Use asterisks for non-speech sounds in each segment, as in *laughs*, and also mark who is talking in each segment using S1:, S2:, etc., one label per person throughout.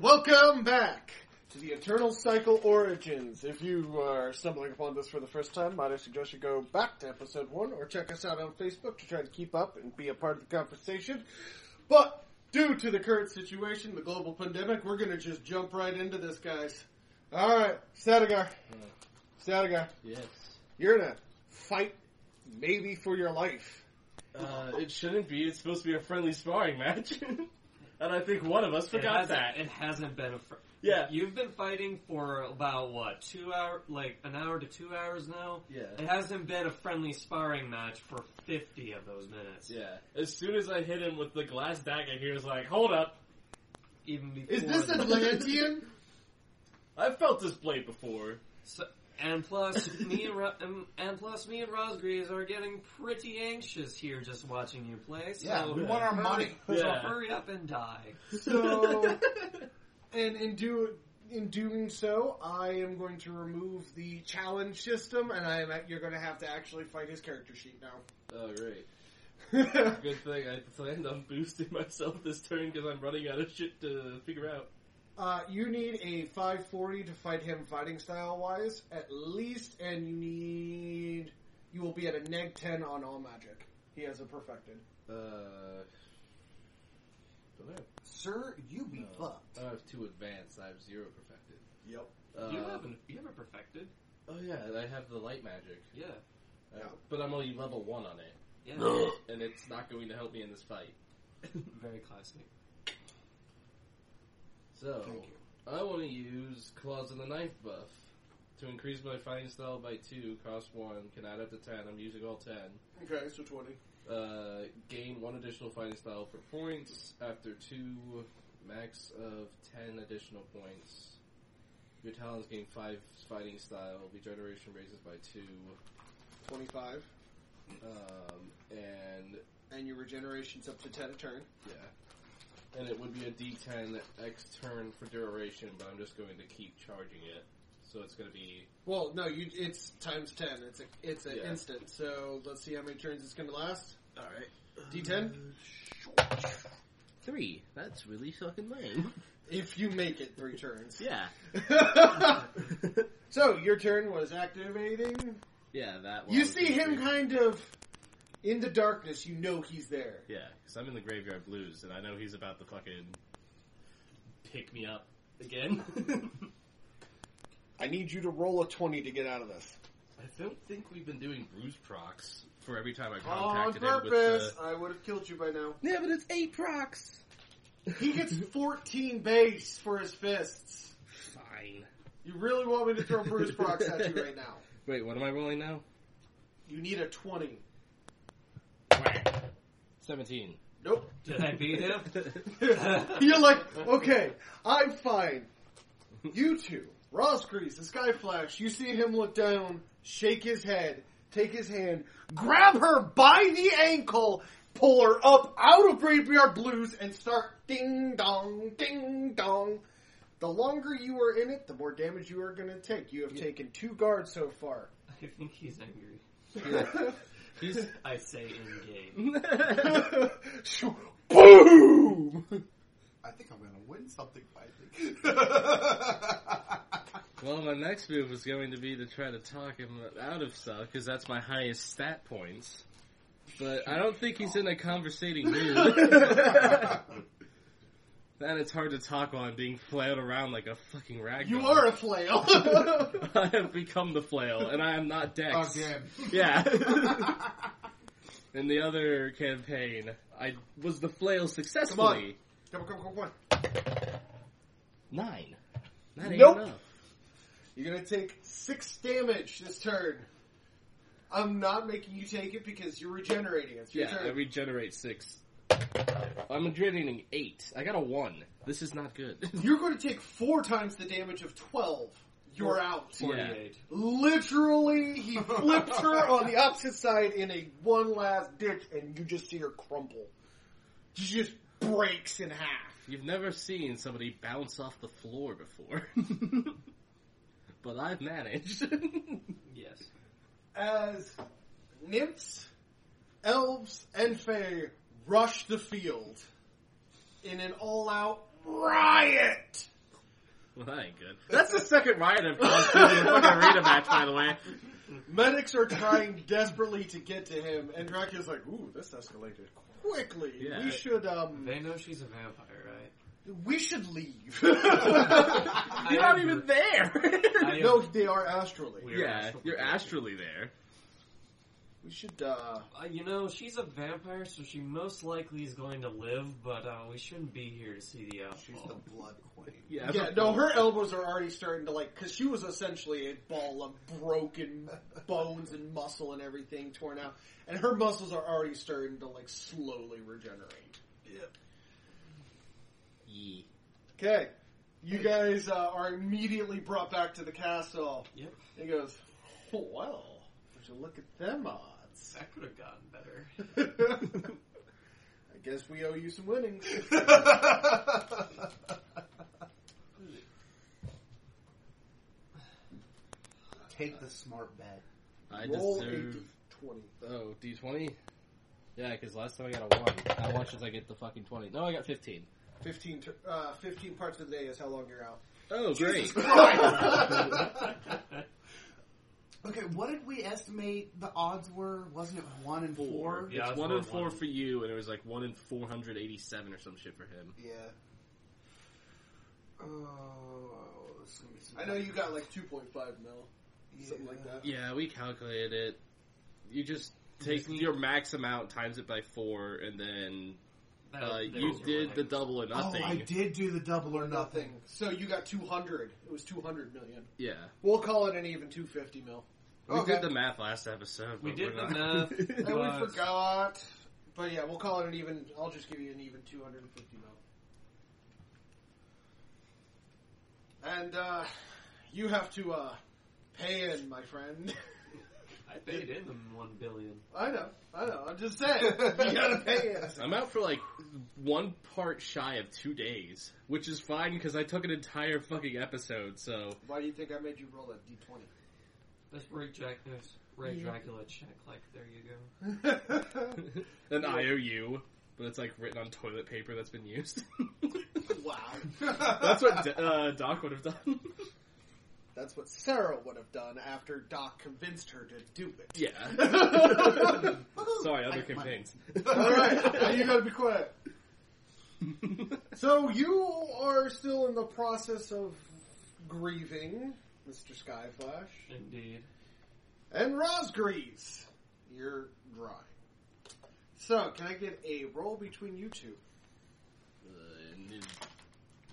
S1: Welcome back to the Eternal Cycle Origins. If you are stumbling upon this for the first time, might I suggest you go back to episode one or check us out on Facebook to try to keep up and be a part of the conversation. But due to the current situation, the global pandemic, we're going to just jump right into this, guys. All right, Sadigar. Sadigar,
S2: Yes.
S1: you're in a fight, maybe for your life.
S2: Uh, it shouldn't be. It's supposed to be a friendly sparring match. *laughs* and I think one of us forgot
S3: hasn't-
S2: that.
S3: It hasn't been a. Fr-
S2: Yeah.
S3: You've been fighting for about what two hour, like an hour to two hours now.
S2: Yeah.
S3: It hasn't been a friendly sparring match for fifty of those minutes.
S2: Yeah. As soon as I hit him with the glass dagger, he was like, hold up.
S3: Even before.
S1: Is this
S3: that.
S1: Atlantean?
S2: I've felt this blade before.
S3: So, and plus, me and, Ro- and and plus me and Rosgreaves are getting pretty anxious here just watching you play. So
S4: Yeah, we want our
S3: hurry-
S4: money.
S3: So
S2: Yeah.
S3: hurry up and die.
S2: *laughs*
S1: So, and in do in doing so, I am going to remove the challenge system, and I am at, you're going to have to actually fight his character sheet
S2: Oh, great.
S1: now. *laughs*
S2: Good thing I planned on boosting myself this turn because I'm running out of shit to figure out.
S1: uh, you need a 540 to fight him fighting style wise, at least, and you need you will be at a neg 10 on all magic. He has it perfected.
S2: Uh. do I have-
S4: Sir, you be
S2: No.
S4: fucked.
S2: I have two advanced. I have zero perfected.
S1: Yep.
S2: Uh,
S3: you haven't you haven't perfected.
S2: Oh, yeah, and I have the light magic.
S3: Yeah.
S2: Uh,
S1: No.
S2: But I'm only level one on it.
S3: Yeah.
S2: and it's not going to help me in this fight.
S3: Very classic.
S2: So,
S1: Thank you.
S2: I want to use Claws of the Knife buff to increase my fighting style by 2, cost 1, can add up to 10, I'm using all 10.
S1: Okay, so 20.
S2: Uh, gain 1 additional fighting style for points after 2, max of 10 additional points. Your talents gain 5 fighting style, regeneration raises by 2,
S1: 25.
S2: um, and
S1: And your regeneration's up to 10 a turn.
S2: Yeah. And it would be a D10 X turn for duration, but I'm just going to keep charging it. So it's going to be.
S1: Well, no, you, it's times ten. It's a it's an
S2: Yeah.
S1: instant. So let's see how many turns it's going to last.
S2: Alright.
S1: D10?
S5: Uh, Three. That's really fucking lame.
S1: *laughs* If you make it three turns.
S5: Yeah.
S1: *laughs* so your turn was activating.
S5: Yeah, that one.
S1: You
S5: was
S1: see
S5: really
S1: him
S5: great.
S1: kind of in the darkness. You know he's there.
S2: Yeah, because I'm in the graveyard blues, and I know he's about to fucking pick me up again. *laughs*
S1: I need you to roll a twenty to get out of this.
S2: I don't think we've been doing bruise procs for every time I
S1: On
S2: contacted him with
S1: purpose.
S2: the.
S1: I would have killed you by now.
S5: Yeah, but it's eight procs. *laughs*
S1: He gets fourteen base for his fists.
S5: Fine.
S1: You really want me to throw Bruce Prox at you right now?
S2: Wait, what am I rolling now?
S1: You need a twenty.
S2: 17.
S1: Nope. *laughs*
S3: Did I beat him?
S1: You're like, okay, I'm fine. You two, Rosgrease, the Skyflash, you see him look down, shake his head, take his hand, grab her by the ankle, pull her up out of Graveyard Blues, and start ding dong, ding dong. The longer you are in it, the more damage you are going to take. You have taken two guards so far. *laughs*
S3: I think he's angry.
S5: *laughs*
S2: He's. *laughs*
S3: I say in game.
S5: *laughs*
S1: Boom!
S4: I think I'm gonna win something finally.
S2: Well, my next move was going to be to try to talk him out of stuff because that's my highest stat points. But I don't think he's in a conversating mood.
S1: *laughs*
S2: Then it's hard to talk while I'm being flailed around like a fucking ragdoll.
S1: You are a *laughs* flail.
S2: *laughs* I have become the flail, and I am not
S1: Oh,
S2: Dex.
S4: Again.
S2: Yeah. *laughs* in the other campaign, I was the flail successfully.
S1: come on, come on, come on.
S2: Nine. That ain't
S1: Nope.
S2: enough.
S1: You're gonna take six damage this turn. I'm not making you take it because you're regenerating. It's your
S2: Yeah, I
S1: turn.
S2: regenerate six. I'm regenerating eight. I got a one. This is not good. *laughs*
S1: You're going to take four times the damage of twelve. You're out.
S3: Forty-eight.
S1: Literally, he flips her on the opposite side in a one last ditch, and you just see her crumple. She just breaks in half.
S2: You've never seen somebody bounce off the floor before. *laughs* but I've managed. *laughs*
S3: Yes.
S1: As nymphs, elves, and fae rush the field in an all-out riot.
S2: Well, that ain't good. *laughs* That's the second riot I've caused in the fucking arena match, by the way.
S1: *laughs* Medics are trying desperately to get to him, and Dracula's like, "Ooh, this escalated quickly.
S2: Yeah.
S1: We should um,
S3: They know she's a vampire, right?
S1: we should
S2: *laughs*
S1: leave." *laughs*
S3: I
S2: You're not
S3: am-
S2: even there. *laughs*
S3: I am-
S2: um,
S1: no, they are astrally.
S3: We are
S2: yeah,
S3: astral
S2: you're
S3: projection.
S2: astrally there.
S1: We should. uh...
S3: Uh, you know, she's a vampire, so she most likely is going to live, but uh, we shouldn't be here to see the
S4: She's
S3: outfall.
S4: the blood queen.
S2: Yeah,
S1: *laughs* Yeah, no, her elbows are already starting to like, because she was essentially a ball of
S4: *laughs*
S1: broken bones and muscle and everything torn out, and her muscles are already starting to like slowly regenerate.
S2: Yee.
S1: Okay, you guys uh, are immediately brought back to the castle.
S3: Yep.
S1: He goes, oh, well, would you look at them odds?
S3: That could have gotten better.
S1: *laughs* I guess we owe you some *laughs* winnings.
S4: Take the smart bet.
S2: I
S1: Roll
S2: deserve.
S1: a d20.
S6: Oh, D twenty. Yeah, because last time I got a one. How much does I get the fucking twenty? No, I got fifteen.
S1: 15, tur- uh, 15 parts of the day is how long you're out.
S2: Oh, great.
S4: Okay, what did we estimate the odds were? Wasn't it one and
S2: Four.
S4: four?
S3: Yeah,
S2: it's
S3: it's
S2: one
S3: more
S2: in four
S3: one.
S2: for you, and it was like one in four hundred eighty-seven or some shit for him.
S4: Yeah. Oh, this is gonna be
S1: *laughs*
S4: some-
S1: I know you got like 2.5 mil,
S4: Yeah.
S1: something like that.
S2: Yeah, we calculated it. You just take
S3: Just need-
S2: your max amount, times it by four, and then
S3: That-
S2: uh,
S3: that
S2: you
S3: was
S2: did the
S3: really-
S2: double or nothing.
S4: Oh, I did do the double or
S1: Nothing.
S4: nothing.
S1: So you got 200. It was 200 million.
S2: Yeah,
S1: We'll call it an even 250 mil.
S2: we
S4: Okay.
S2: did the math last episode.
S3: We
S2: but
S3: did
S2: we're
S3: the
S2: not-
S3: math.
S1: And
S4: *laughs*
S1: we
S3: but-
S1: forgot. But yeah, we'll call it an even. I'll just give you an even 250 mil. And uh, you have to uh, pay in, my friend. *laughs*
S3: I paid in the one billion.
S1: I know. I know. I'm just saying. You gotta pay *laughs* in.
S2: I'm out for like one part shy of two days, which is fine because I took an entire fucking episode. So
S1: Why do you think I made you roll a
S3: Let's break Jack. Let's break
S1: Yeah.
S3: Dracula check. Like there you go.
S1: d20?
S2: an IOU, but it's like written on toilet paper that's been used. *laughs*
S1: wow.
S2: that's what D- uh, Doc would have done.
S1: *laughs* That's what Sarah would have done after Doc convinced her to do it.
S2: yeah. *laughs* Sorry, other *laughs* campaigns.
S1: *laughs* All right, now you gotta be quiet.
S2: Uh,
S1: So you are still in the process of grieving, Mr. Skyflash,
S3: Indeed.
S1: and Rosgreaves. You're dry. So can I get a roll between you two?
S2: Uh, ini-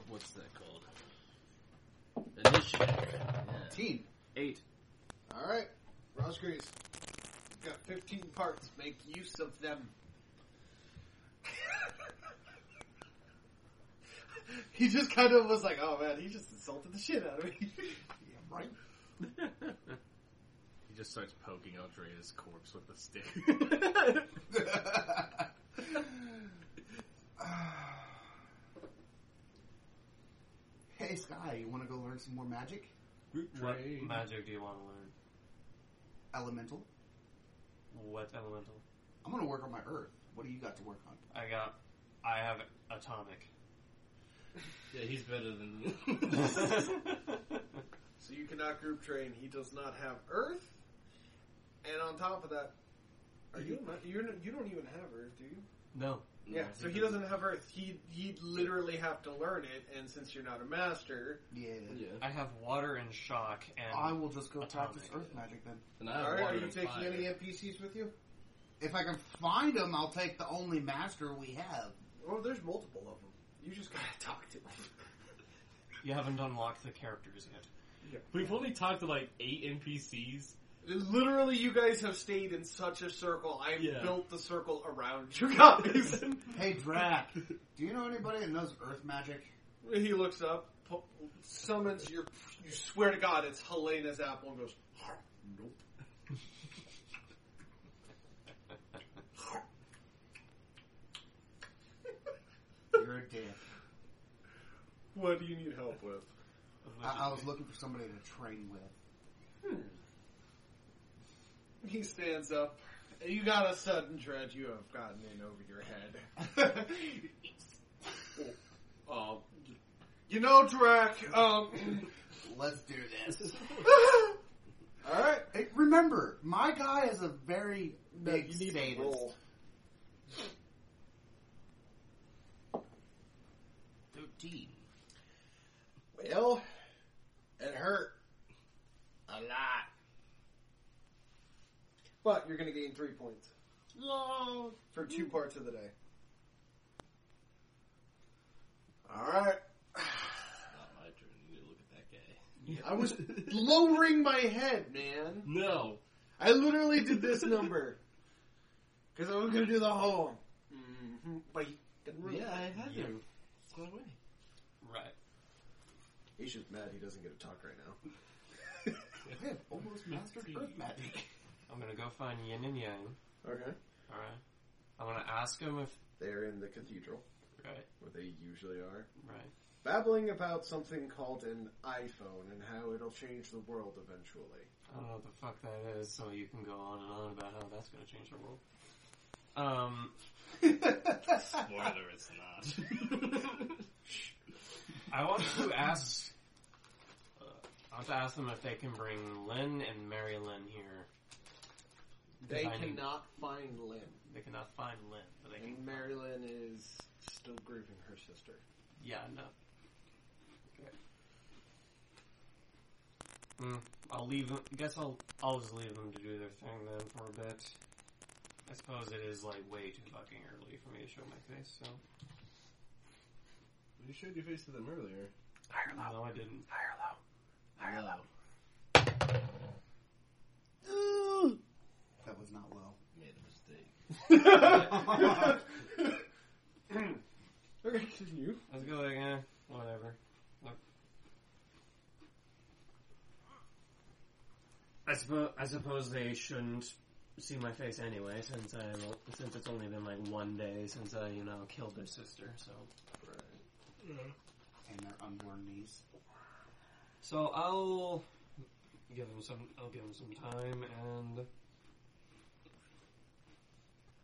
S2: what's that called? Initiative. Yeah.
S4: Teen.
S2: Eight.
S1: All right, Rosgreaves. You've got 15 parts. Make use of them. *laughs* he just kind of was like, "Oh man, he just insulted the shit out of me."
S4: Yeah, right.
S2: He just starts poking Andrea's corpse with a stick.
S4: hey, Sky, you want to go learn some more magic?
S3: What magic do you want to learn?
S4: Elemental.
S3: What elemental?
S4: I'm gonna work on my earth. What do you got to work on?
S3: I got. I have atomic.
S2: yeah, he's better than
S1: *laughs*
S2: *laughs*
S1: So you cannot group train. He does not have Earth, and on top of that, are you not- you're not- you don't even have Earth, do you?
S3: *laughs* no.
S1: Yeah. So he doesn't have Earth. He he'd literally have to learn it, and since you're not a master,
S4: Yeah.
S6: Yeah,
S3: I have water and shock and
S4: I will just go practice
S3: Atomic.
S4: earth magic then.
S6: and I have
S1: are,
S6: water
S1: are you
S6: and
S1: taking
S6: fire.
S1: any NPCs with you?
S4: If I can find them, I'll take the only master we have.
S1: Oh, there's multiple of them. You just gotta *sighs* talk to them.
S3: you haven't unlocked the characters yet.
S7: We've only talked to like eight NPCs.
S1: Literally, you guys have stayed in such a circle. I
S7: Yeah.
S1: built the circle around you guys. *laughs*
S4: Hey,
S2: *laughs*
S4: Drac, do you know anybody that knows
S1: *laughs*
S4: earth magic?
S1: he looks up, pu- summons your. You swear to God, it's Helena's apple, and goes. Nope.
S4: You're a dick.
S1: What do you need help with?
S4: I, I was looking for somebody to train with.
S1: He stands up. You got a sudden dread you have gotten *laughs* in over your head. oh, you- You know, Drac. Um.
S4: Let's do this.
S1: *laughs* all right.
S4: Hey, remember, my guy is a very big
S1: You need to
S4: sadist.
S1: roll.
S3: Thirteen.
S1: Well, it hurt a lot, but you're going to gain three points for two parts of the day. All right.
S2: Not my turn. You need to look at that guy.
S1: I was *laughs* lowering my head, man.
S2: No.
S1: I literally did this *laughs* number because I was gonna do the whole. Mm-hmm. But you didn't really-
S2: Yeah, I had him. It's my way.
S3: Right.
S1: he's just mad he doesn't get to talk right now.
S4: I have almost mastered earth magic.
S3: I'm gonna go find Yin and Yang.
S1: Okay,
S3: All right. I'm gonna ask him if
S1: they're in the cathedral
S3: right,
S1: where they usually are,
S3: right.
S1: babbling about something called an iPhone and how it'll change the world eventually.
S3: I don't know what the fuck that is, so you can go on and on about how that's gonna change the world. Um,
S2: *laughs*
S8: Spoiler, it's not.
S3: I want to ask. Uh, I want to ask them if they can bring Lynn and Mary Lynn here.
S1: They
S3: Because I need-
S1: cannot find Lynn,
S3: They cannot find Lynn, but they
S1: and
S3: can.
S1: Mary Lynn is still grieving her sister.
S3: Yeah, no. Mm, I'll leave them. I guess I'll I'll just leave them to do their thing then for a bit. I suppose it is like way too fucking early for me to show my face, so.
S2: You showed your face to them earlier.
S3: No, I didn't.
S2: I know.
S4: That was not well.
S2: *gasps* Made a mistake.
S1: *laughs* Okay, continue.
S3: Let's go like, eh, whatever. Look. I suppose I suppose they shouldn't see my face anyway, since I since it's only been like one day since I you know killed their sister. So
S4: And their unborn niece.
S3: so I'll give them some I'll give them some time and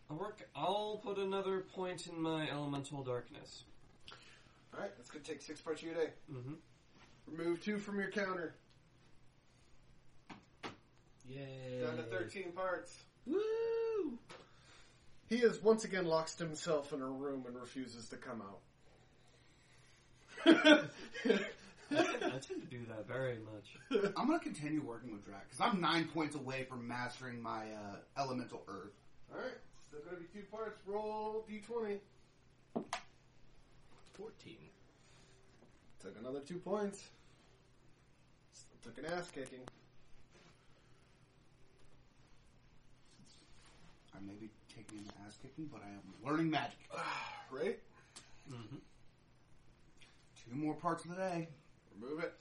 S3: I'll work. I'll put another point in my elemental darkness.
S1: All right, that's gonna take six parts of your day.
S3: Mm-hmm.
S1: Remove two from your counter.
S2: Yay.
S1: Down to 13 parts.
S2: Woo!
S1: He is once again locked himself in a room and refuses to come *laughs* out. *laughs*
S3: I tend to do that very much.
S4: I'm gonna continue working with Drac because I'm nine points away from mastering my uh, elemental earth.
S1: Alright, so going to be two parts. Roll d20.
S2: 14.
S1: Took another two points. Still took an ass kicking.
S4: I may be taking an ass kicking, but I am learning magic.
S1: Right?
S3: Mm-hmm.
S4: Two more parts of the day.
S1: Remove it.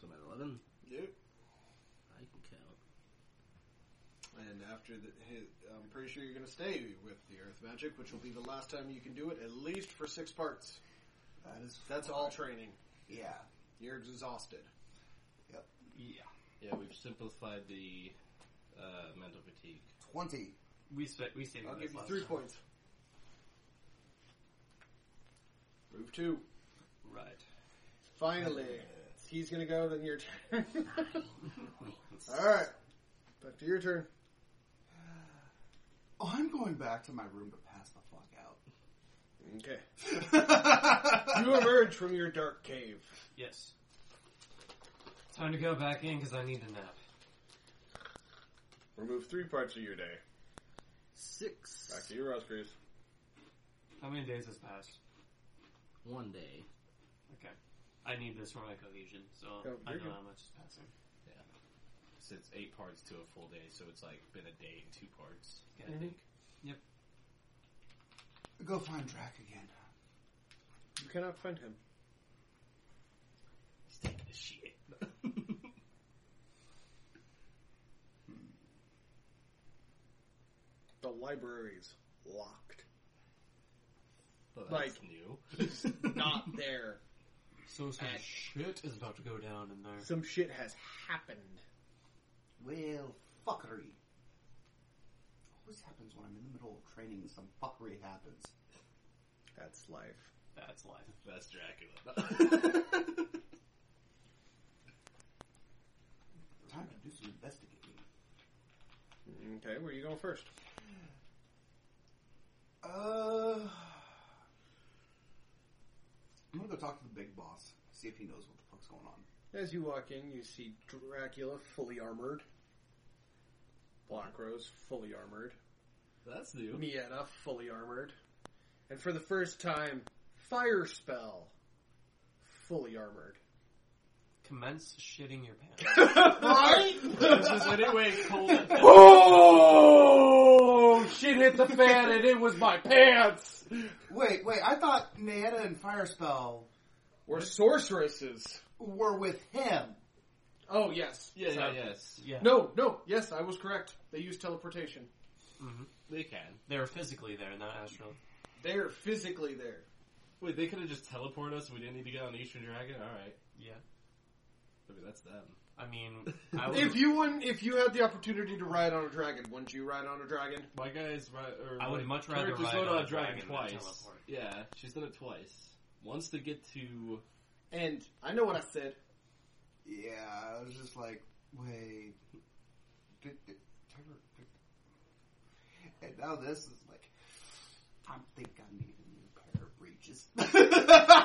S2: So I'm at 11.
S1: Yep.
S2: I can count.
S1: And after the, his, I'm pretty sure you're going to stay with the earth magic, which will be the last time you can do it, at least for six parts.
S4: That is,
S1: That's all training.
S4: yeah.
S1: You're exhausted.
S3: Yeah.
S2: Yeah, we've simplified the uh, mental fatigue.
S4: Twenty.
S3: We sta- we stayed.
S1: I'll
S3: with
S1: give
S3: this
S1: you
S3: last
S1: three
S3: time.
S1: points. Move two.
S3: Right.
S1: Finally, he's gonna go. Then your turn. *laughs* All right, back to your turn.
S4: Oh, I'm going back to my room to pass the fuck out.
S1: Okay. You emerge from your dark cave.
S3: Yes. Time to go back in because I need a nap.
S1: Remove three parts of your day.
S2: Six.
S1: Back to your rose crease.
S3: How many days has passed?
S2: One day.
S3: Okay. I need this for my cohesion, so
S1: Oh,
S3: I
S1: you're
S3: know
S1: good.
S3: how much is passing.
S2: So it's eight parts to a full day, so it's like been a day and two parts.
S3: Okay.
S2: I think.
S4: *laughs* Go find Drac again.
S1: You cannot find him.
S2: He's taking a shit. *laughs*
S1: The library's locked.
S2: Well, that's
S1: Like-
S2: new. *laughs*
S1: Not there.
S3: So some
S1: At-
S3: shit is about to go down in there.
S1: Some shit has happened.
S4: Well, fuckery. Always happens when I'm in the middle of training. Some fuckery happens.
S1: That's life.
S3: That's life.
S8: That's
S2: *laughs*
S8: Dracula.
S4: Time to do some investigating.
S1: Okay, where you going first?
S4: Uh, I'm gonna go talk to the big boss. See if he knows what the fuck's going on.
S1: As you walk in, you see Dracula fully armored. Black Rose fully armored.
S8: That's new.
S2: *laughs*
S1: Mietta fully armored. And for the first time, Fire Spell fully armored.
S3: Commence shitting your pants.
S1: *laughs* right?
S5: Just anyway, cold.
S2: *laughs* Oh! Shit hit the fan and it was my pants!
S4: Wait, wait. I thought Nayetta and Firespell
S1: We're sorceresses.
S4: were with him.
S1: Oh, yes.
S8: Yeah, yeah,
S3: Sorry.
S8: yes.
S3: Yeah.
S1: No, no, yes, I was correct. They use teleportation.
S3: hmm
S8: They can.
S3: They were physically there, not astral.
S1: They're physically there.
S8: Wait, they could have just teleported us. We didn't need to get on Eastern Dragon. All right.
S3: Yeah.
S8: I mean, that's them.
S3: I mean,
S1: *laughs*
S3: I would,
S1: If you wouldn't, if you had the opportunity to ride on a dragon, wouldn't you ride on a dragon?
S8: My guys, right? Or
S3: I would
S8: my
S3: much rather
S8: cleric just
S3: ride
S8: rode
S3: on
S8: on
S3: a dragon than
S8: twice.
S3: teleport.
S8: Yeah, she's done it twice. Once to get to
S1: And I know what I said.
S4: Yeah, I was just like, wait. Did, did, Tiger- did- and now this is like, I think I need a new pair of breeches.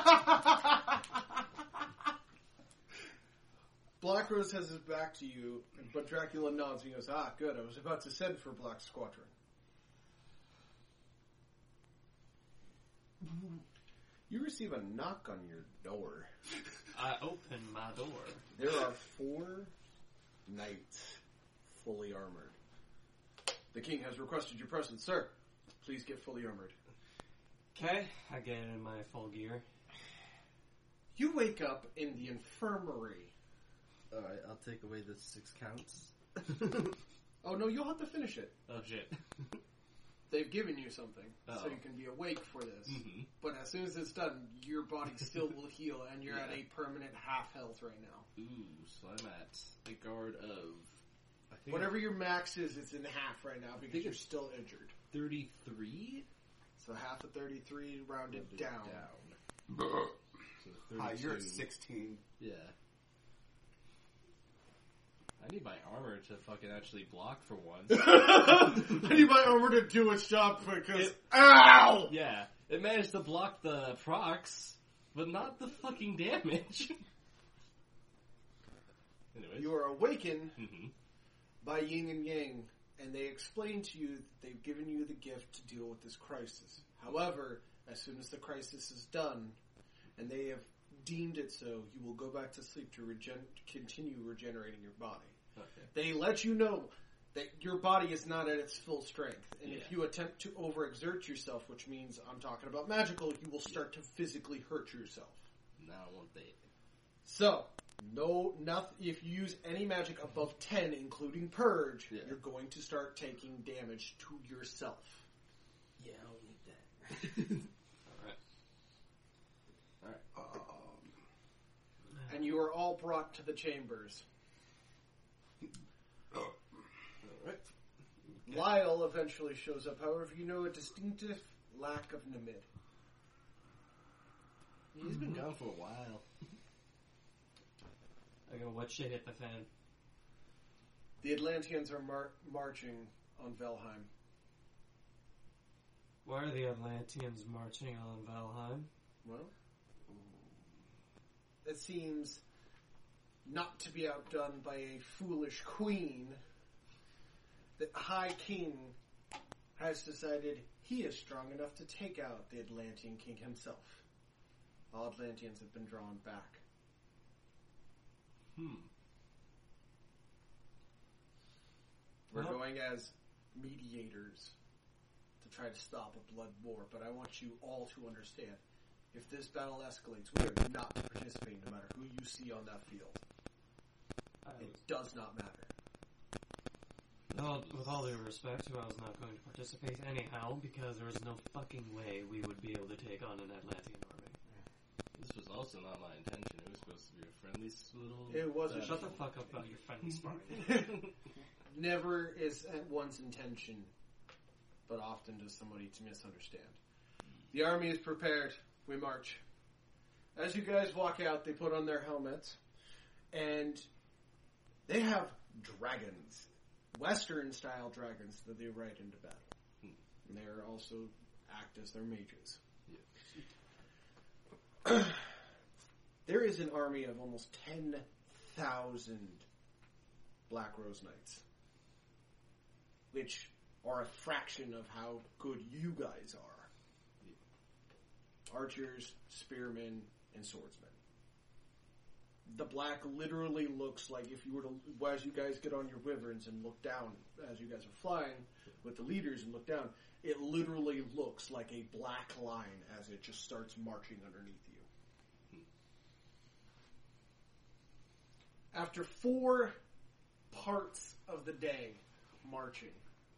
S1: *laughs* Black Rose has his back to you, but Dracula nods and he goes, Ah, good, I was about to send for Black Squadron. You receive a knock on your door.
S8: uh,
S5: I
S8: oh,
S5: open my door.
S1: There are four knights fully armored. The king has requested your presence, sir. Please get fully armored.
S3: okay, I get in my full gear.
S1: You wake up in the infirmary.
S8: All right, I'll take away the six counts.
S1: Oh no, you'll have to finish it.
S8: oh shit.
S1: They've given you something, so
S8: Oh.
S1: you can be awake for this.
S2: Mm-hmm.
S8: hmm
S1: But as soon as it's done, your body still will heal, and you're at
S8: Yeah.
S1: a permanent half health right now.
S8: Ooh, so I'm at the guard of I think
S1: Whatever your max is, it's in half right now because
S8: Think
S1: you're
S8: it's-
S1: still injured.
S8: thirty-three
S1: So half of 33 rounded
S8: Rounded
S1: down. *laughs*
S8: So
S4: Ah,
S8: 32.
S4: *laughs* you're at 16.
S8: Yeah. I need my armor to fucking actually block for once.
S1: *laughs* I need my armor to do its job because
S8: It-
S1: ow!
S8: yeah, it managed to block the procs, but not the fucking damage. *laughs* Anyways.
S1: You are awakened
S8: Mhm.
S1: by Yin and Yang, and they explain to you that they've given you the gift to deal with this crisis. However, as soon as the crisis is done, and they have deemed it so, you will go back to sleep to regen- continue regenerating your body.
S8: Okay.
S1: They let you know that your body is not at its full strength, and if
S8: Yeah.
S1: you attempt to overexert yourself, which means I'm talking about magical, you will start to physically hurt yourself.
S8: Now I want the
S1: So, no, not if you use any magic above ten, including purge,
S8: Yeah.
S1: you're going to start taking damage to yourself.
S8: Yeah, I don't need that.
S4: Um,
S1: And you are all brought to the chambers.
S8: *coughs* Alright.
S1: Lyle eventually shows up. However, you know a distinctive lack of Namid.
S8: He's
S2: Mm-hmm.
S8: been gone for a while.
S3: I go, what shit hit the fan?
S1: The Atlanteans are mar- marching on Velheim.
S3: Why are the Atlanteans marching on Valheim?
S1: Well, it seems not to be outdone by a foolish queen. The High King has decided he is strong enough to take out the Atlantean King himself. All Atlanteans have been drawn back.
S8: Hmm.
S1: We're
S3: Well-
S1: going as mediators to try to stop a blood war, but I want you all to understand if this battle escalates, we are not participating no matter who you see on that field.
S3: I was,
S1: It does not matter.
S3: with, all, with all due respect, I was not going to participate anyhow because there is no fucking way we would be able to take on an Atlantean army.
S8: This was also not my intention. It was supposed to be a friendly s- little.
S1: It was a
S8: Uh,
S3: Shut the fuck up about your *laughs* friendly sparring.
S1: *laughs* never is at one's intention, but often does somebody to misunderstand. The army is prepared. We march. As you guys walk out, they put on their helmets, and they have dragons, Western style dragons that they ride into battle. And they're also act as their mages. *clears throat* there is an army of almost ten thousand Black Rose Knights, which are a fraction of how good you guys are archers, spearmen, and swordsmen. The black literally looks like if you were to, as you guys get on your wyverns and look down as you guys are flying with the leaders and look down, it literally looks like a black line as it just starts marching underneath you. After four parts of the day marching,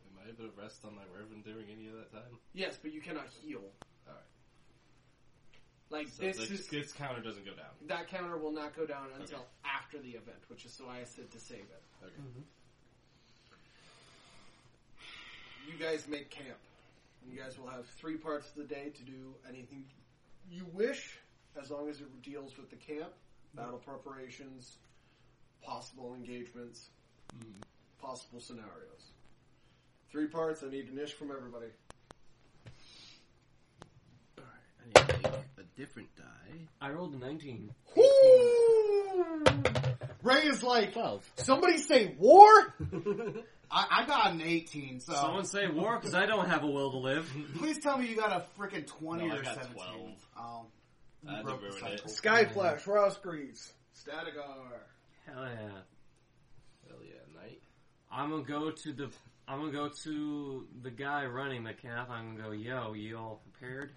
S2: Am I able to rest on my Revan during any of that time?
S1: yes, but you cannot heal.
S2: Alright.
S1: Like
S2: So
S1: this
S2: the,
S1: is
S2: this counter doesn't go down.
S1: That counter will not go down until after the event, which is why I said to save it.
S2: Okay.
S1: You guys make camp. You guys will have three parts of the day to do anything you wish, as long as it deals with the camp, battle preparations, possible engagements,
S2: Mm-hmm.
S1: possible scenarios. Three parts. I need an ish from everybody.
S8: I need to make a different die.
S3: I rolled a 19.
S1: Ray is like,
S5: 12.
S1: somebody say war.
S4: I, I got an 18, so
S3: Someone say war, because I don't have a will to *laughs* live.
S4: please tell me you got a freaking 20
S5: No, I
S4: or
S5: got
S4: 17.
S5: 12.
S4: Oh,
S5: I had to
S4: you broke the
S5: ruin it.
S4: cycle.
S1: Skyflash, Rouse Grease, Statigar.
S3: Hell yeah.
S2: Hell yeah, night.
S3: I'm gonna go to the. I'm gonna go to the guy running the camp. I'm gonna go, yo, you all prepared?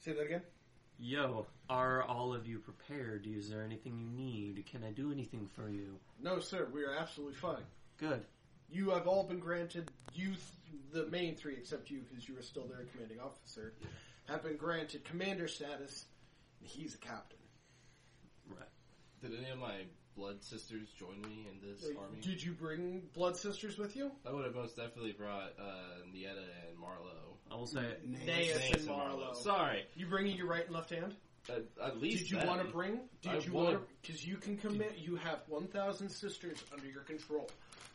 S1: Say that again.
S3: Yo, are all of you prepared? Is there anything you need? Can I do anything for you?
S1: No, sir, we are absolutely fine.
S3: Good.
S1: You have all been granted, you, th- the main three, except you, because you were still their commanding officer, have been granted commander status, and he's a captain.
S2: Did any of my blood sisters join me in this
S1: Uh,
S2: army?
S1: Did you bring Blood Sisters with you?
S2: I would have most definitely brought uh, Nieta and Marlowe.
S3: I will say,
S1: Naeus
S2: Naeus
S1: and Marlowe.
S2: Sorry.
S1: You bringing your right and left hand?
S2: At, at least
S1: Did you
S2: that.
S1: want to bring? Did
S2: I
S1: you want to? Because you can commit. You have one thousand sisters under your control.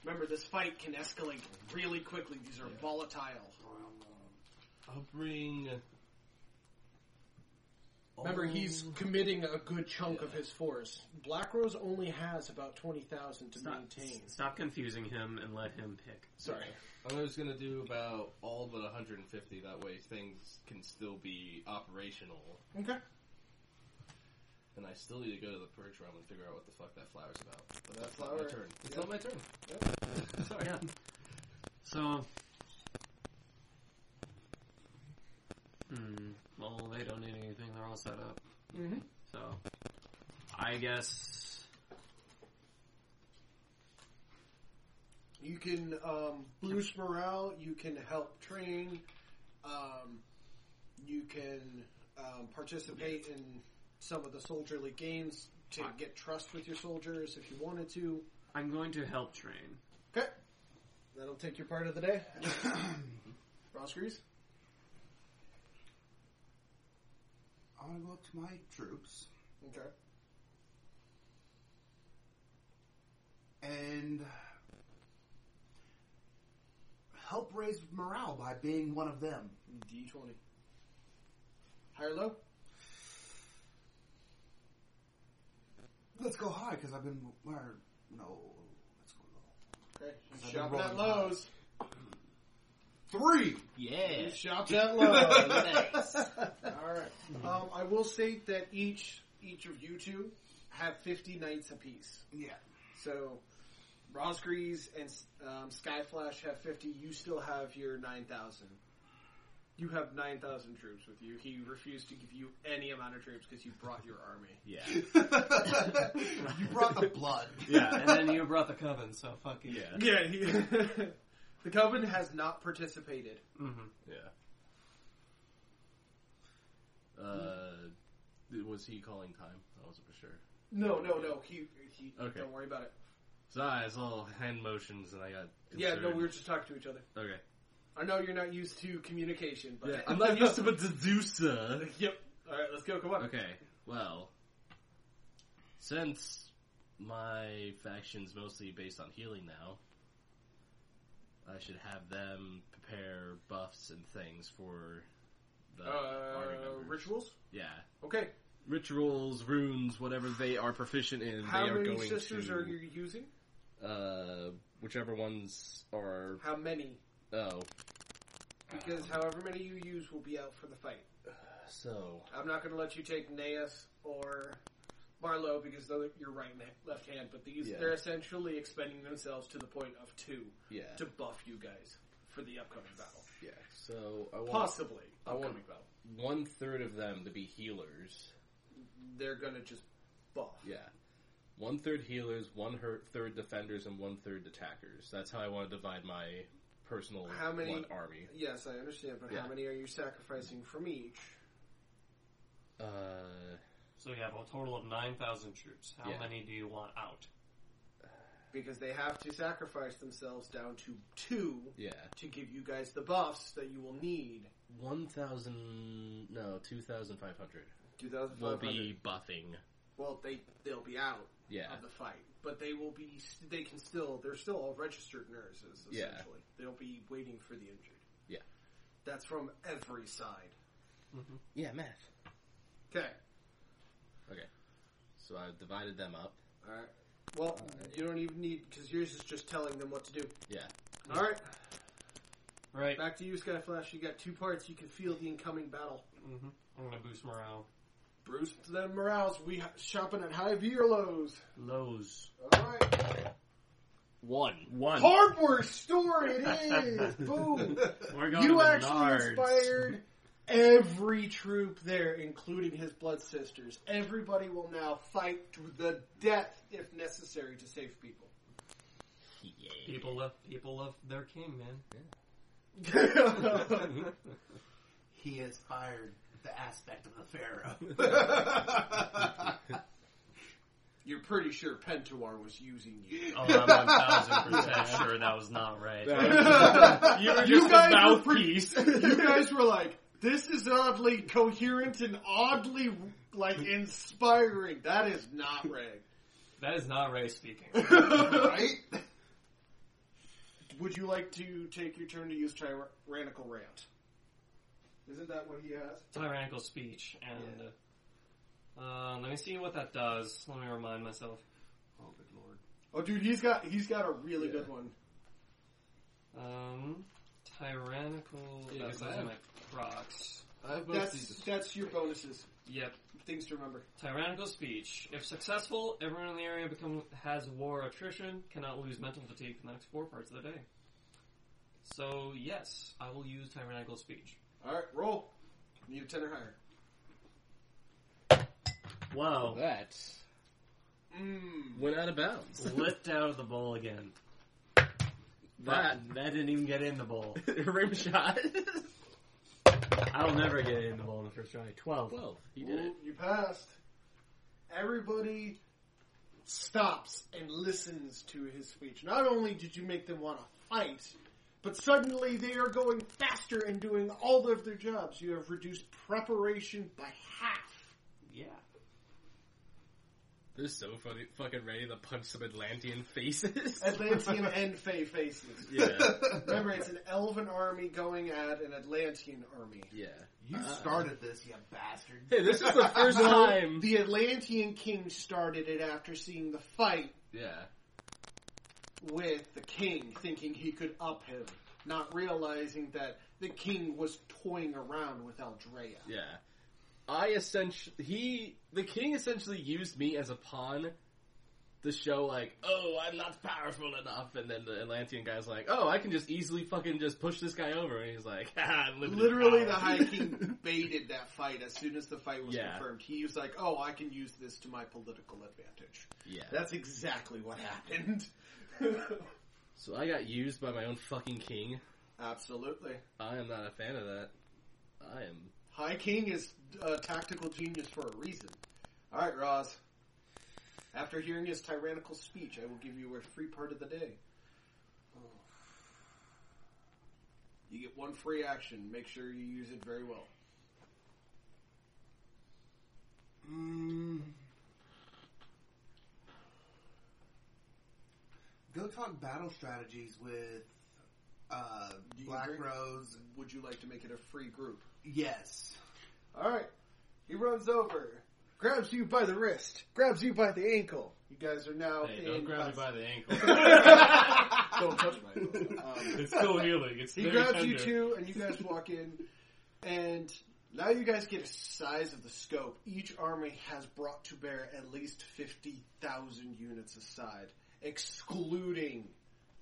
S1: Remember, this fight can escalate really quickly. These are
S2: Yeah.
S1: volatile.
S2: I'll bring.
S1: Remember,
S2: Um,
S1: he's committing a good chunk of
S2: Yeah.
S1: his force. Black Rose only has about twenty thousand to
S3: stop,
S1: maintain.
S3: stop confusing him and let him pick.
S1: Sorry.
S2: I'm just gonna do about all but 150. That way, things can still be operational,
S1: Okay.
S2: and I still need to go to the purge realm and figure out what the fuck that flower's about. But
S1: That
S2: that's not
S1: flower-
S2: my turn. It's
S1: yeah.
S2: not my turn. *laughs* Sorry.
S3: Yeah. So, hmm. Well, they don't need anything. They're all set up.
S1: Mm-hmm.
S3: So, I guess
S1: You can um, boost morale. You can help train. Um, you can um, participate in some of the soldierly games
S4: *coughs*
S1: to get trust with your soldiers if you wanted to.
S3: I'm going to help train.
S1: Okay, that'll take your part of the day. *laughs* Ross Grease.
S4: I'll go up to my troops
S1: Okay.
S4: and help raise morale by being one of them.
S1: D twenty. High or low?
S4: Let's go high because I've been. Or, no, let's go low.
S1: Okay.
S4: I've been
S1: Shop at
S4: rolling
S1: lows.
S4: Three.
S5: Yeah.
S1: Shop at *laughs* lows. All right. Um, I will state that each each of you two have fifty nights apiece.
S4: Yeah. *laughs*
S1: So, Rosgrees and um, Skyflash have 50. You still have your 9,000. You have 9,000 troops with you. He refused to give you any amount of troops because you brought your army. *laughs*
S5: Yeah.
S4: you brought the blood.
S5: Yeah.
S3: *laughs* And then you brought the coven, so fuck you.
S5: Yeah.
S1: Yeah, he, *laughs* the Coven has not participated.
S3: Mm-hmm.
S2: Yeah. Uh, was he calling time? I wasn't for sure.
S1: No, no, no. He, he
S2: Okay.
S1: Don't worry about it.
S2: So I saw ah, hand motions, and I got.
S1: Yeah, no,
S2: concerned.
S1: we were just talking to each other.
S2: Okay.
S1: I know you're not used to communication, but
S2: *laughs*
S9: Yeah, I'm not used to a deducer.
S1: *laughs* yep. All right, let's go. Come on.
S2: Okay, well, since my faction's mostly based on healing now, I should have them prepare buffs and things for the army
S1: Uh,
S2: members.
S1: rituals.
S2: yeah,
S1: Okay.
S2: rituals, runes, whatever they are proficient in.
S1: How
S2: they are
S1: many
S2: going
S1: sisters
S2: to,
S1: are you using?
S2: Uh, whichever ones are
S1: How many?
S2: oh,
S1: Because however many you use will be out for the fight.
S2: so
S1: I'm not going to let you take Naeus or Marlowe because they're your right and left hand, but these
S2: Yeah.
S1: they're essentially expending themselves to the point of two
S2: yeah,
S1: to buff you guys for the upcoming battle.
S2: yeah. So I want
S1: Possibly
S2: I want-
S1: upcoming battle.
S2: one third of them to be healers.
S1: They're going to just buff.
S2: Yeah. One third healers, one her- third defenders, and one third attackers. That's how I want to divide my personal
S1: How many-
S2: blood army.
S1: Yes, I understand, but
S2: Yeah.
S1: how many are you sacrificing from each?
S2: Uh,
S3: So you have a total of 9,000 troops. How
S2: Yeah.
S3: many do you want out?
S1: Because they have to sacrifice themselves down to two
S2: yeah.
S1: to give you guys the buffs that you will need.
S2: 1,000. No, 2,500 will
S1: 2,500.
S2: be buffing.
S1: Well, they they'll be out.
S2: Yeah.
S1: of the fight, but they will be. They can still. They're still all registered nurses. Essentially,
S2: Yeah.
S1: they'll be waiting for the injured.
S2: Yeah.
S1: that's from every side.
S2: Yeah, math.
S1: Okay.
S2: So I divided them up.
S1: All right. Well, you don't even need because yours is just telling them what to do.
S2: Yeah.
S1: All right.
S3: Right.
S1: Back to you, Skyflash. You got two parts. You can feel the incoming battle.
S3: Mm-hmm. I'm gonna boost morale.
S1: Bruce to them morales. We ha- shopping at high V or lows.
S3: Lows.
S1: All right.
S2: One. One.
S1: Hardware store it is. Boom.
S2: We're going
S1: You
S2: to
S1: actually
S2: Menards.
S1: inspired every troop there, including his blood sisters. Everybody will now fight to the death if necessary to save people.
S2: Yeah.
S3: People love. People love their king, man.
S4: He inspired the aspect of the pharaoh.
S1: You're pretty sure Pentuar was using
S3: *laughs*
S1: you.
S3: Oh, I'm one thousand percent sure that was not *laughs* right.
S2: You were
S1: You
S2: just a
S1: guys were pretty-
S2: mouthpiece.
S1: you guys were like, this is oddly coherent and oddly like inspiring. That is not Reg.
S3: *laughs* That is not Ray speaking.
S4: right?
S1: Would you like to take your turn to use tyrannical rant? Isn't that what he has?
S3: Tyrannical speech, and uh, let me see what that does. Let me remind myself.
S4: Oh, good lord.
S1: Oh, dude, he's got he's got a really
S2: Yeah.
S1: good one.
S3: Um, tyrannical.
S10: Yeah, 'cause
S3: that's
S10: I have-
S3: my procs.
S10: I
S2: Oh,
S10: have mostly
S1: That's that's your bonuses.
S3: Yep.
S1: Things to remember.
S3: Tyrannical speech. If successful, everyone in the area become, has war attrition, cannot lose mental fatigue for the next four parts of the day. So, yes, I will use tyrannical speech.
S1: All right, roll. Need a ten or higher.
S2: Oh,
S9: Wow. *laughs*
S2: that
S1: Mm.
S2: went out of bounds.
S9: Lift out of the bowl again.
S2: *laughs* That
S9: that didn't even get in the *laughs* bowl.
S2: *laughs* rim shot.
S9: I'll never get it in the bowl in the first try. Twelve.
S2: Twelve. He did it.
S1: Ooh, You passed. Everybody stops and listens to his speech. Not only did you make them want to fight, but suddenly they are going faster and doing all of their jobs. You have reduced preparation by half.
S3: Yeah.
S2: They're so funny, fucking ready to punch some Atlantean faces.
S1: Atlantean and Fey faces.
S2: *laughs* yeah,
S1: Remember, it's an elven army going at an Atlantean army.
S2: yeah.
S4: *laughs* You started this, you bastard.
S2: Hey, this *laughs* is the first
S1: Well,
S2: time.
S1: The Atlantean king started it after seeing the fight
S2: Yeah,
S1: with the king, thinking he could up him, not realizing that the king was toying around with Eldrea.
S2: yeah. I essentially he the king essentially used me as a pawn to show like, oh, I'm not powerful enough, and then the Atlantean guy's like, oh, I can just easily fucking just push this guy over, and he's like, *laughs* ha, limited
S1: Literally,
S2: power.
S1: the
S2: *laughs*
S1: High King baited that fight as soon as the fight was
S2: Yeah.
S1: confirmed. He was like, "Oh, I can use this to my political advantage."
S2: yeah.
S1: That's exactly what happened. *laughs*
S2: So I got used by my own fucking king.
S1: Absolutely.
S2: I am not a fan of that. I am
S1: High King is a tactical genius for a reason. All right, Roz. After hearing his tyrannical speech, I will give you a free part of the day. You get one free action. Make sure you use it very well.
S4: Mm. Go talk battle strategies with uh,
S1: Do you
S4: Black
S1: agree?
S4: Rose.
S1: Would you like to make it a free group?
S4: Yes.
S1: All right. He runs over, grabs you by the wrist, grabs you by the ankle. You guys are now.
S5: Hey,
S1: in
S5: don't grab me by the ankle.
S1: *laughs* Don't touch my ankle. Um,
S5: it's still healing. It's
S1: He
S5: very
S1: grabs
S5: tender.
S1: you two, and you guys walk in, and now you guys get a size of the scope. Each army has brought to bear at least fifty thousand units aside, excluding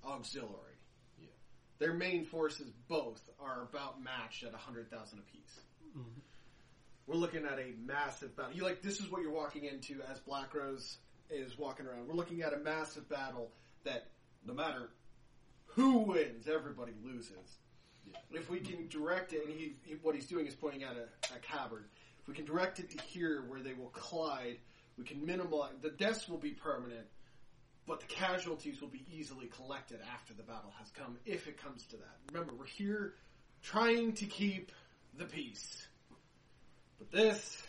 S1: auxiliary.
S2: Yeah.
S1: Their main forces both are about matched at hundred thousand apiece. We're looking at a massive battle. You like this is what you're walking into as Black Rose is walking around. We're looking at a massive battle that no matter who wins, everybody loses. If we can direct it, and he, he what he's doing is pointing out a, a cavern. If we can direct it to here where they will collide, we can minimize the deaths will be permanent, but the casualties will be easily collected after the battle has come, if it comes to that. Remember, we're here trying to keep the peace. But this,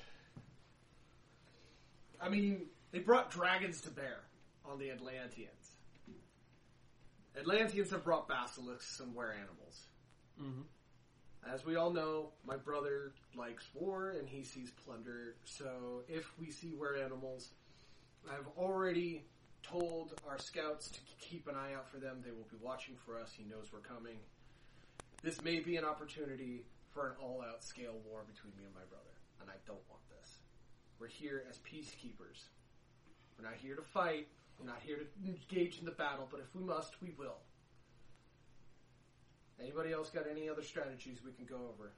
S1: I mean, they brought dragons to bear on the Atlanteans. Atlanteans have brought basilisks and were animals.
S3: Mhm.
S1: As we all know, my brother likes war and he sees plunder. So if we see were animals, I've already told our scouts to keep an eye out for them. They will be watching for us. He knows we're coming. This may be an opportunity for an all-out scale war between me and my brother, and I don't want this. We're here as peacekeepers. We're not here to fight. We're not here to engage in the battle, but if we must, we will. Anybody else got any other strategies we can go over?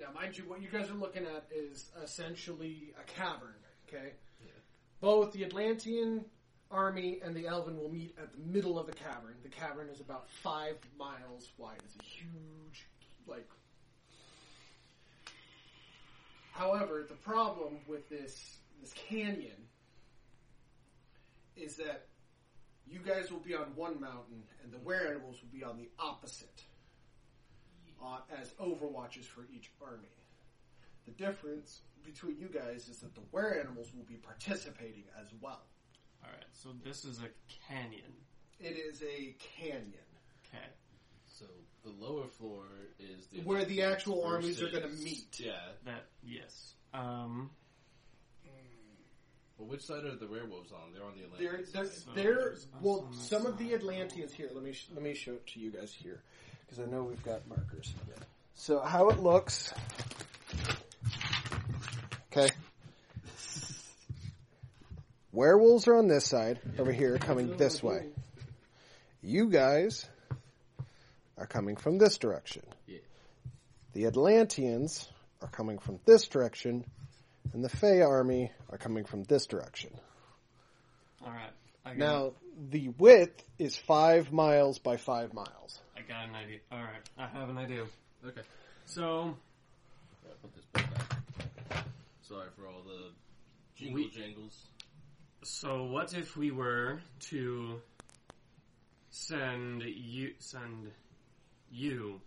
S1: Now, mind you, what you guys are looking at is essentially a cavern, okay? Both the Atlantean army and the Elven will meet at the middle of the cavern. The cavern is about five miles wide. It's a huge, like. However, the problem with this this canyon is that you guys will be on one mountain and the were animals will be on the opposite uh, as overwatches for each army. The difference between you guys is that the were animals will be participating as well.
S3: Alright, so this is a canyon.
S1: It is a canyon
S3: Okay.
S2: So the lower floor is the
S1: where the actual armies are
S2: versus-
S1: going to meet.
S2: Yeah.
S3: That, yes. Um,
S2: Well, which side are the werewolves on? They're on the
S1: There,
S2: Atlantic.
S1: there,
S2: side.
S1: there.
S3: there's us
S1: Well,
S3: on this
S1: some of the
S3: side.
S1: Atlanteans here. Let me sh- let me show it to you guys here because I know we've got markers. So how it looks. Okay. Werewolves are on this side over here, coming this way. You guys are coming from this direction.
S2: Yeah.
S1: The Atlanteans are coming from this direction, and the Fey army are coming from this direction.
S3: alright. I got,
S1: Now, the width is five miles by five miles.
S3: I got an idea. Alright, I have an idea.
S2: Okay.
S3: So,
S2: Yeah, put this back. back. Sorry for all the jingle
S3: We-
S2: jangles.
S3: So what if we were to send you send you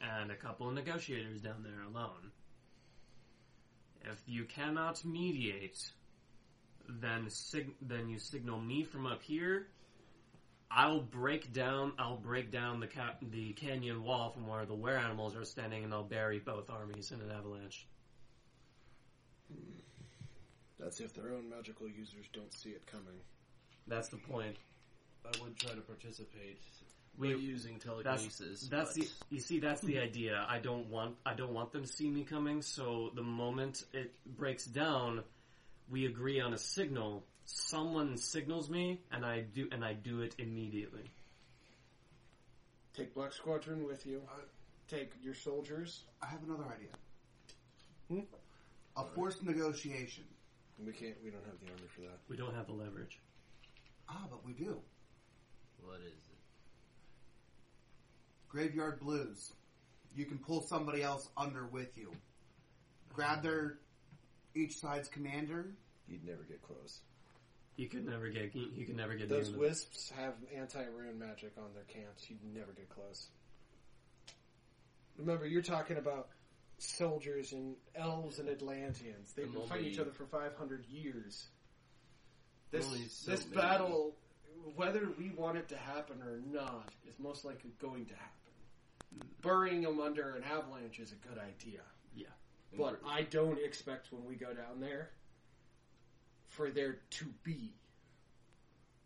S3: and a couple of negotiators down there alone? If you cannot mediate, then sig- then you signal me from up here. I'll break down. I'll break down the ca- the canyon wall from where the were animals are standing, and I'll bury both armies in an avalanche.
S1: That's if their own magical users don't see it coming.
S3: That's the point.
S2: I would try to participate.
S3: We
S2: We're using telekinesis.
S3: That's
S2: but
S3: the you see that's
S1: *laughs*
S3: the idea. I don't want I don't want them to see me coming. So the moment it breaks down, we agree on a signal. Someone signals me, and I do and I do it immediately.
S1: Take Black Squadron with you. Take your soldiers.
S4: I have another idea.
S1: Hmm?
S4: A forced negotiation.
S1: We can't. We don't have the army for that.
S3: We don't have the leverage.
S4: Ah, but we do.
S2: What is it?
S4: Graveyard Blues. You can pull somebody else under with you. Grab their each side's commander.
S1: You'd never get close.
S3: You could never get you could never get near
S1: Those
S3: them.
S1: wisps have anti-rune magic on their camps. You'd never get close. Remember, you're talking about soldiers and elves and Atlanteans. They've
S5: The
S1: been fighting each
S5: only-
S1: other for 500 years. This
S5: Only so
S1: this
S5: many.
S1: battle, whether we want it to happen or not, is most likely going to happen.
S5: Hmm.
S1: Burying them under an avalanche is a good idea.
S3: Yeah.
S1: But I don't expect when we go down there for there to be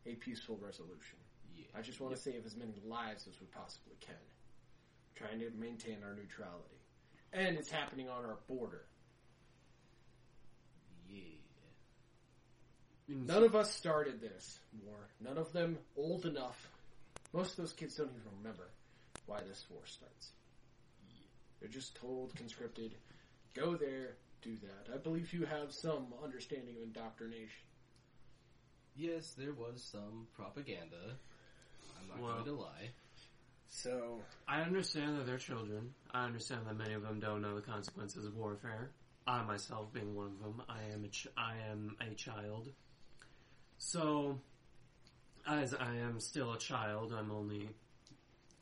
S1: a peaceful resolution.
S5: Yeah.
S1: I just want to save as many lives as we possibly can. Trying to maintain our neutrality. And it's happening on our border. None of us started this war. None of them old enough. Most of those kids don't even remember why this war starts. They're just told, conscripted, go there, do that. I believe you have some understanding of indoctrination.
S5: Yes, there was some propaganda. I'm not
S3: Well.
S5: going to lie.
S1: So,
S3: I understand that they're children. I understand that many of them don't know the consequences of warfare. I myself being one of them, I am a ch- I am a child. So, as I am still a child, I'm only,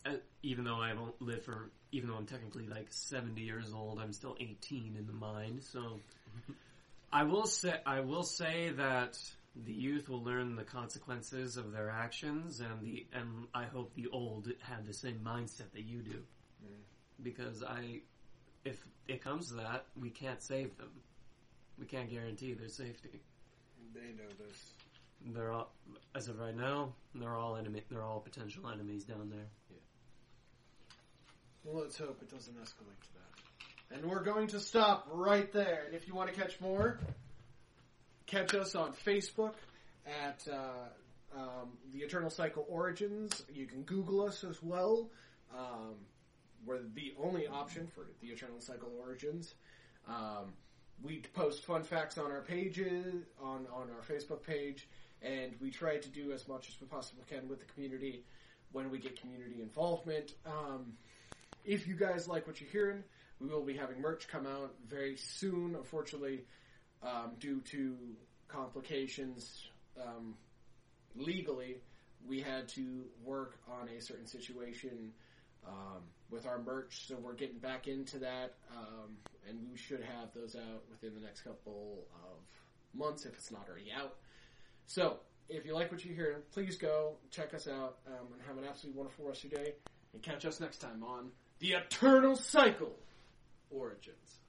S3: uh, even though I've on- lived for, even though I'm technically like 70 years old, I'm still 18 in the mind. So, I will say, I will say that the youth will learn the consequences of their actions, and the and I hope the old have the same mindset that you do, because I, if it comes to that, we can't save them. We can't guarantee their safety.
S1: they know this.
S3: They're all, as of right now, they're all enemy. They're all potential enemies down there.
S1: Well, let's hope it doesn't escalate to that. And we're going to stop right there. And if you want to catch more, catch us on Facebook at uh, um, The Eternal Cycle Origins. You can Google us as well. Um, we're the only option for The Eternal Cycle Origins. Um, we post fun facts on our pages, on, on our Facebook page, and we try to do as much as we possibly can with the community when we get community involvement. Um, if you guys like what you're hearing, we will be having merch come out very soon. Unfortunately, um, due to complications um, legally, we had to work on a certain situation um, with our merch, so we're getting back into that, um, and we should have those out within the next couple of months if it's not already out. So, if you like what you hear, please go check us out um, and have an absolutely wonderful rest of your day. And catch us next time on The Eternal Cycle Origins.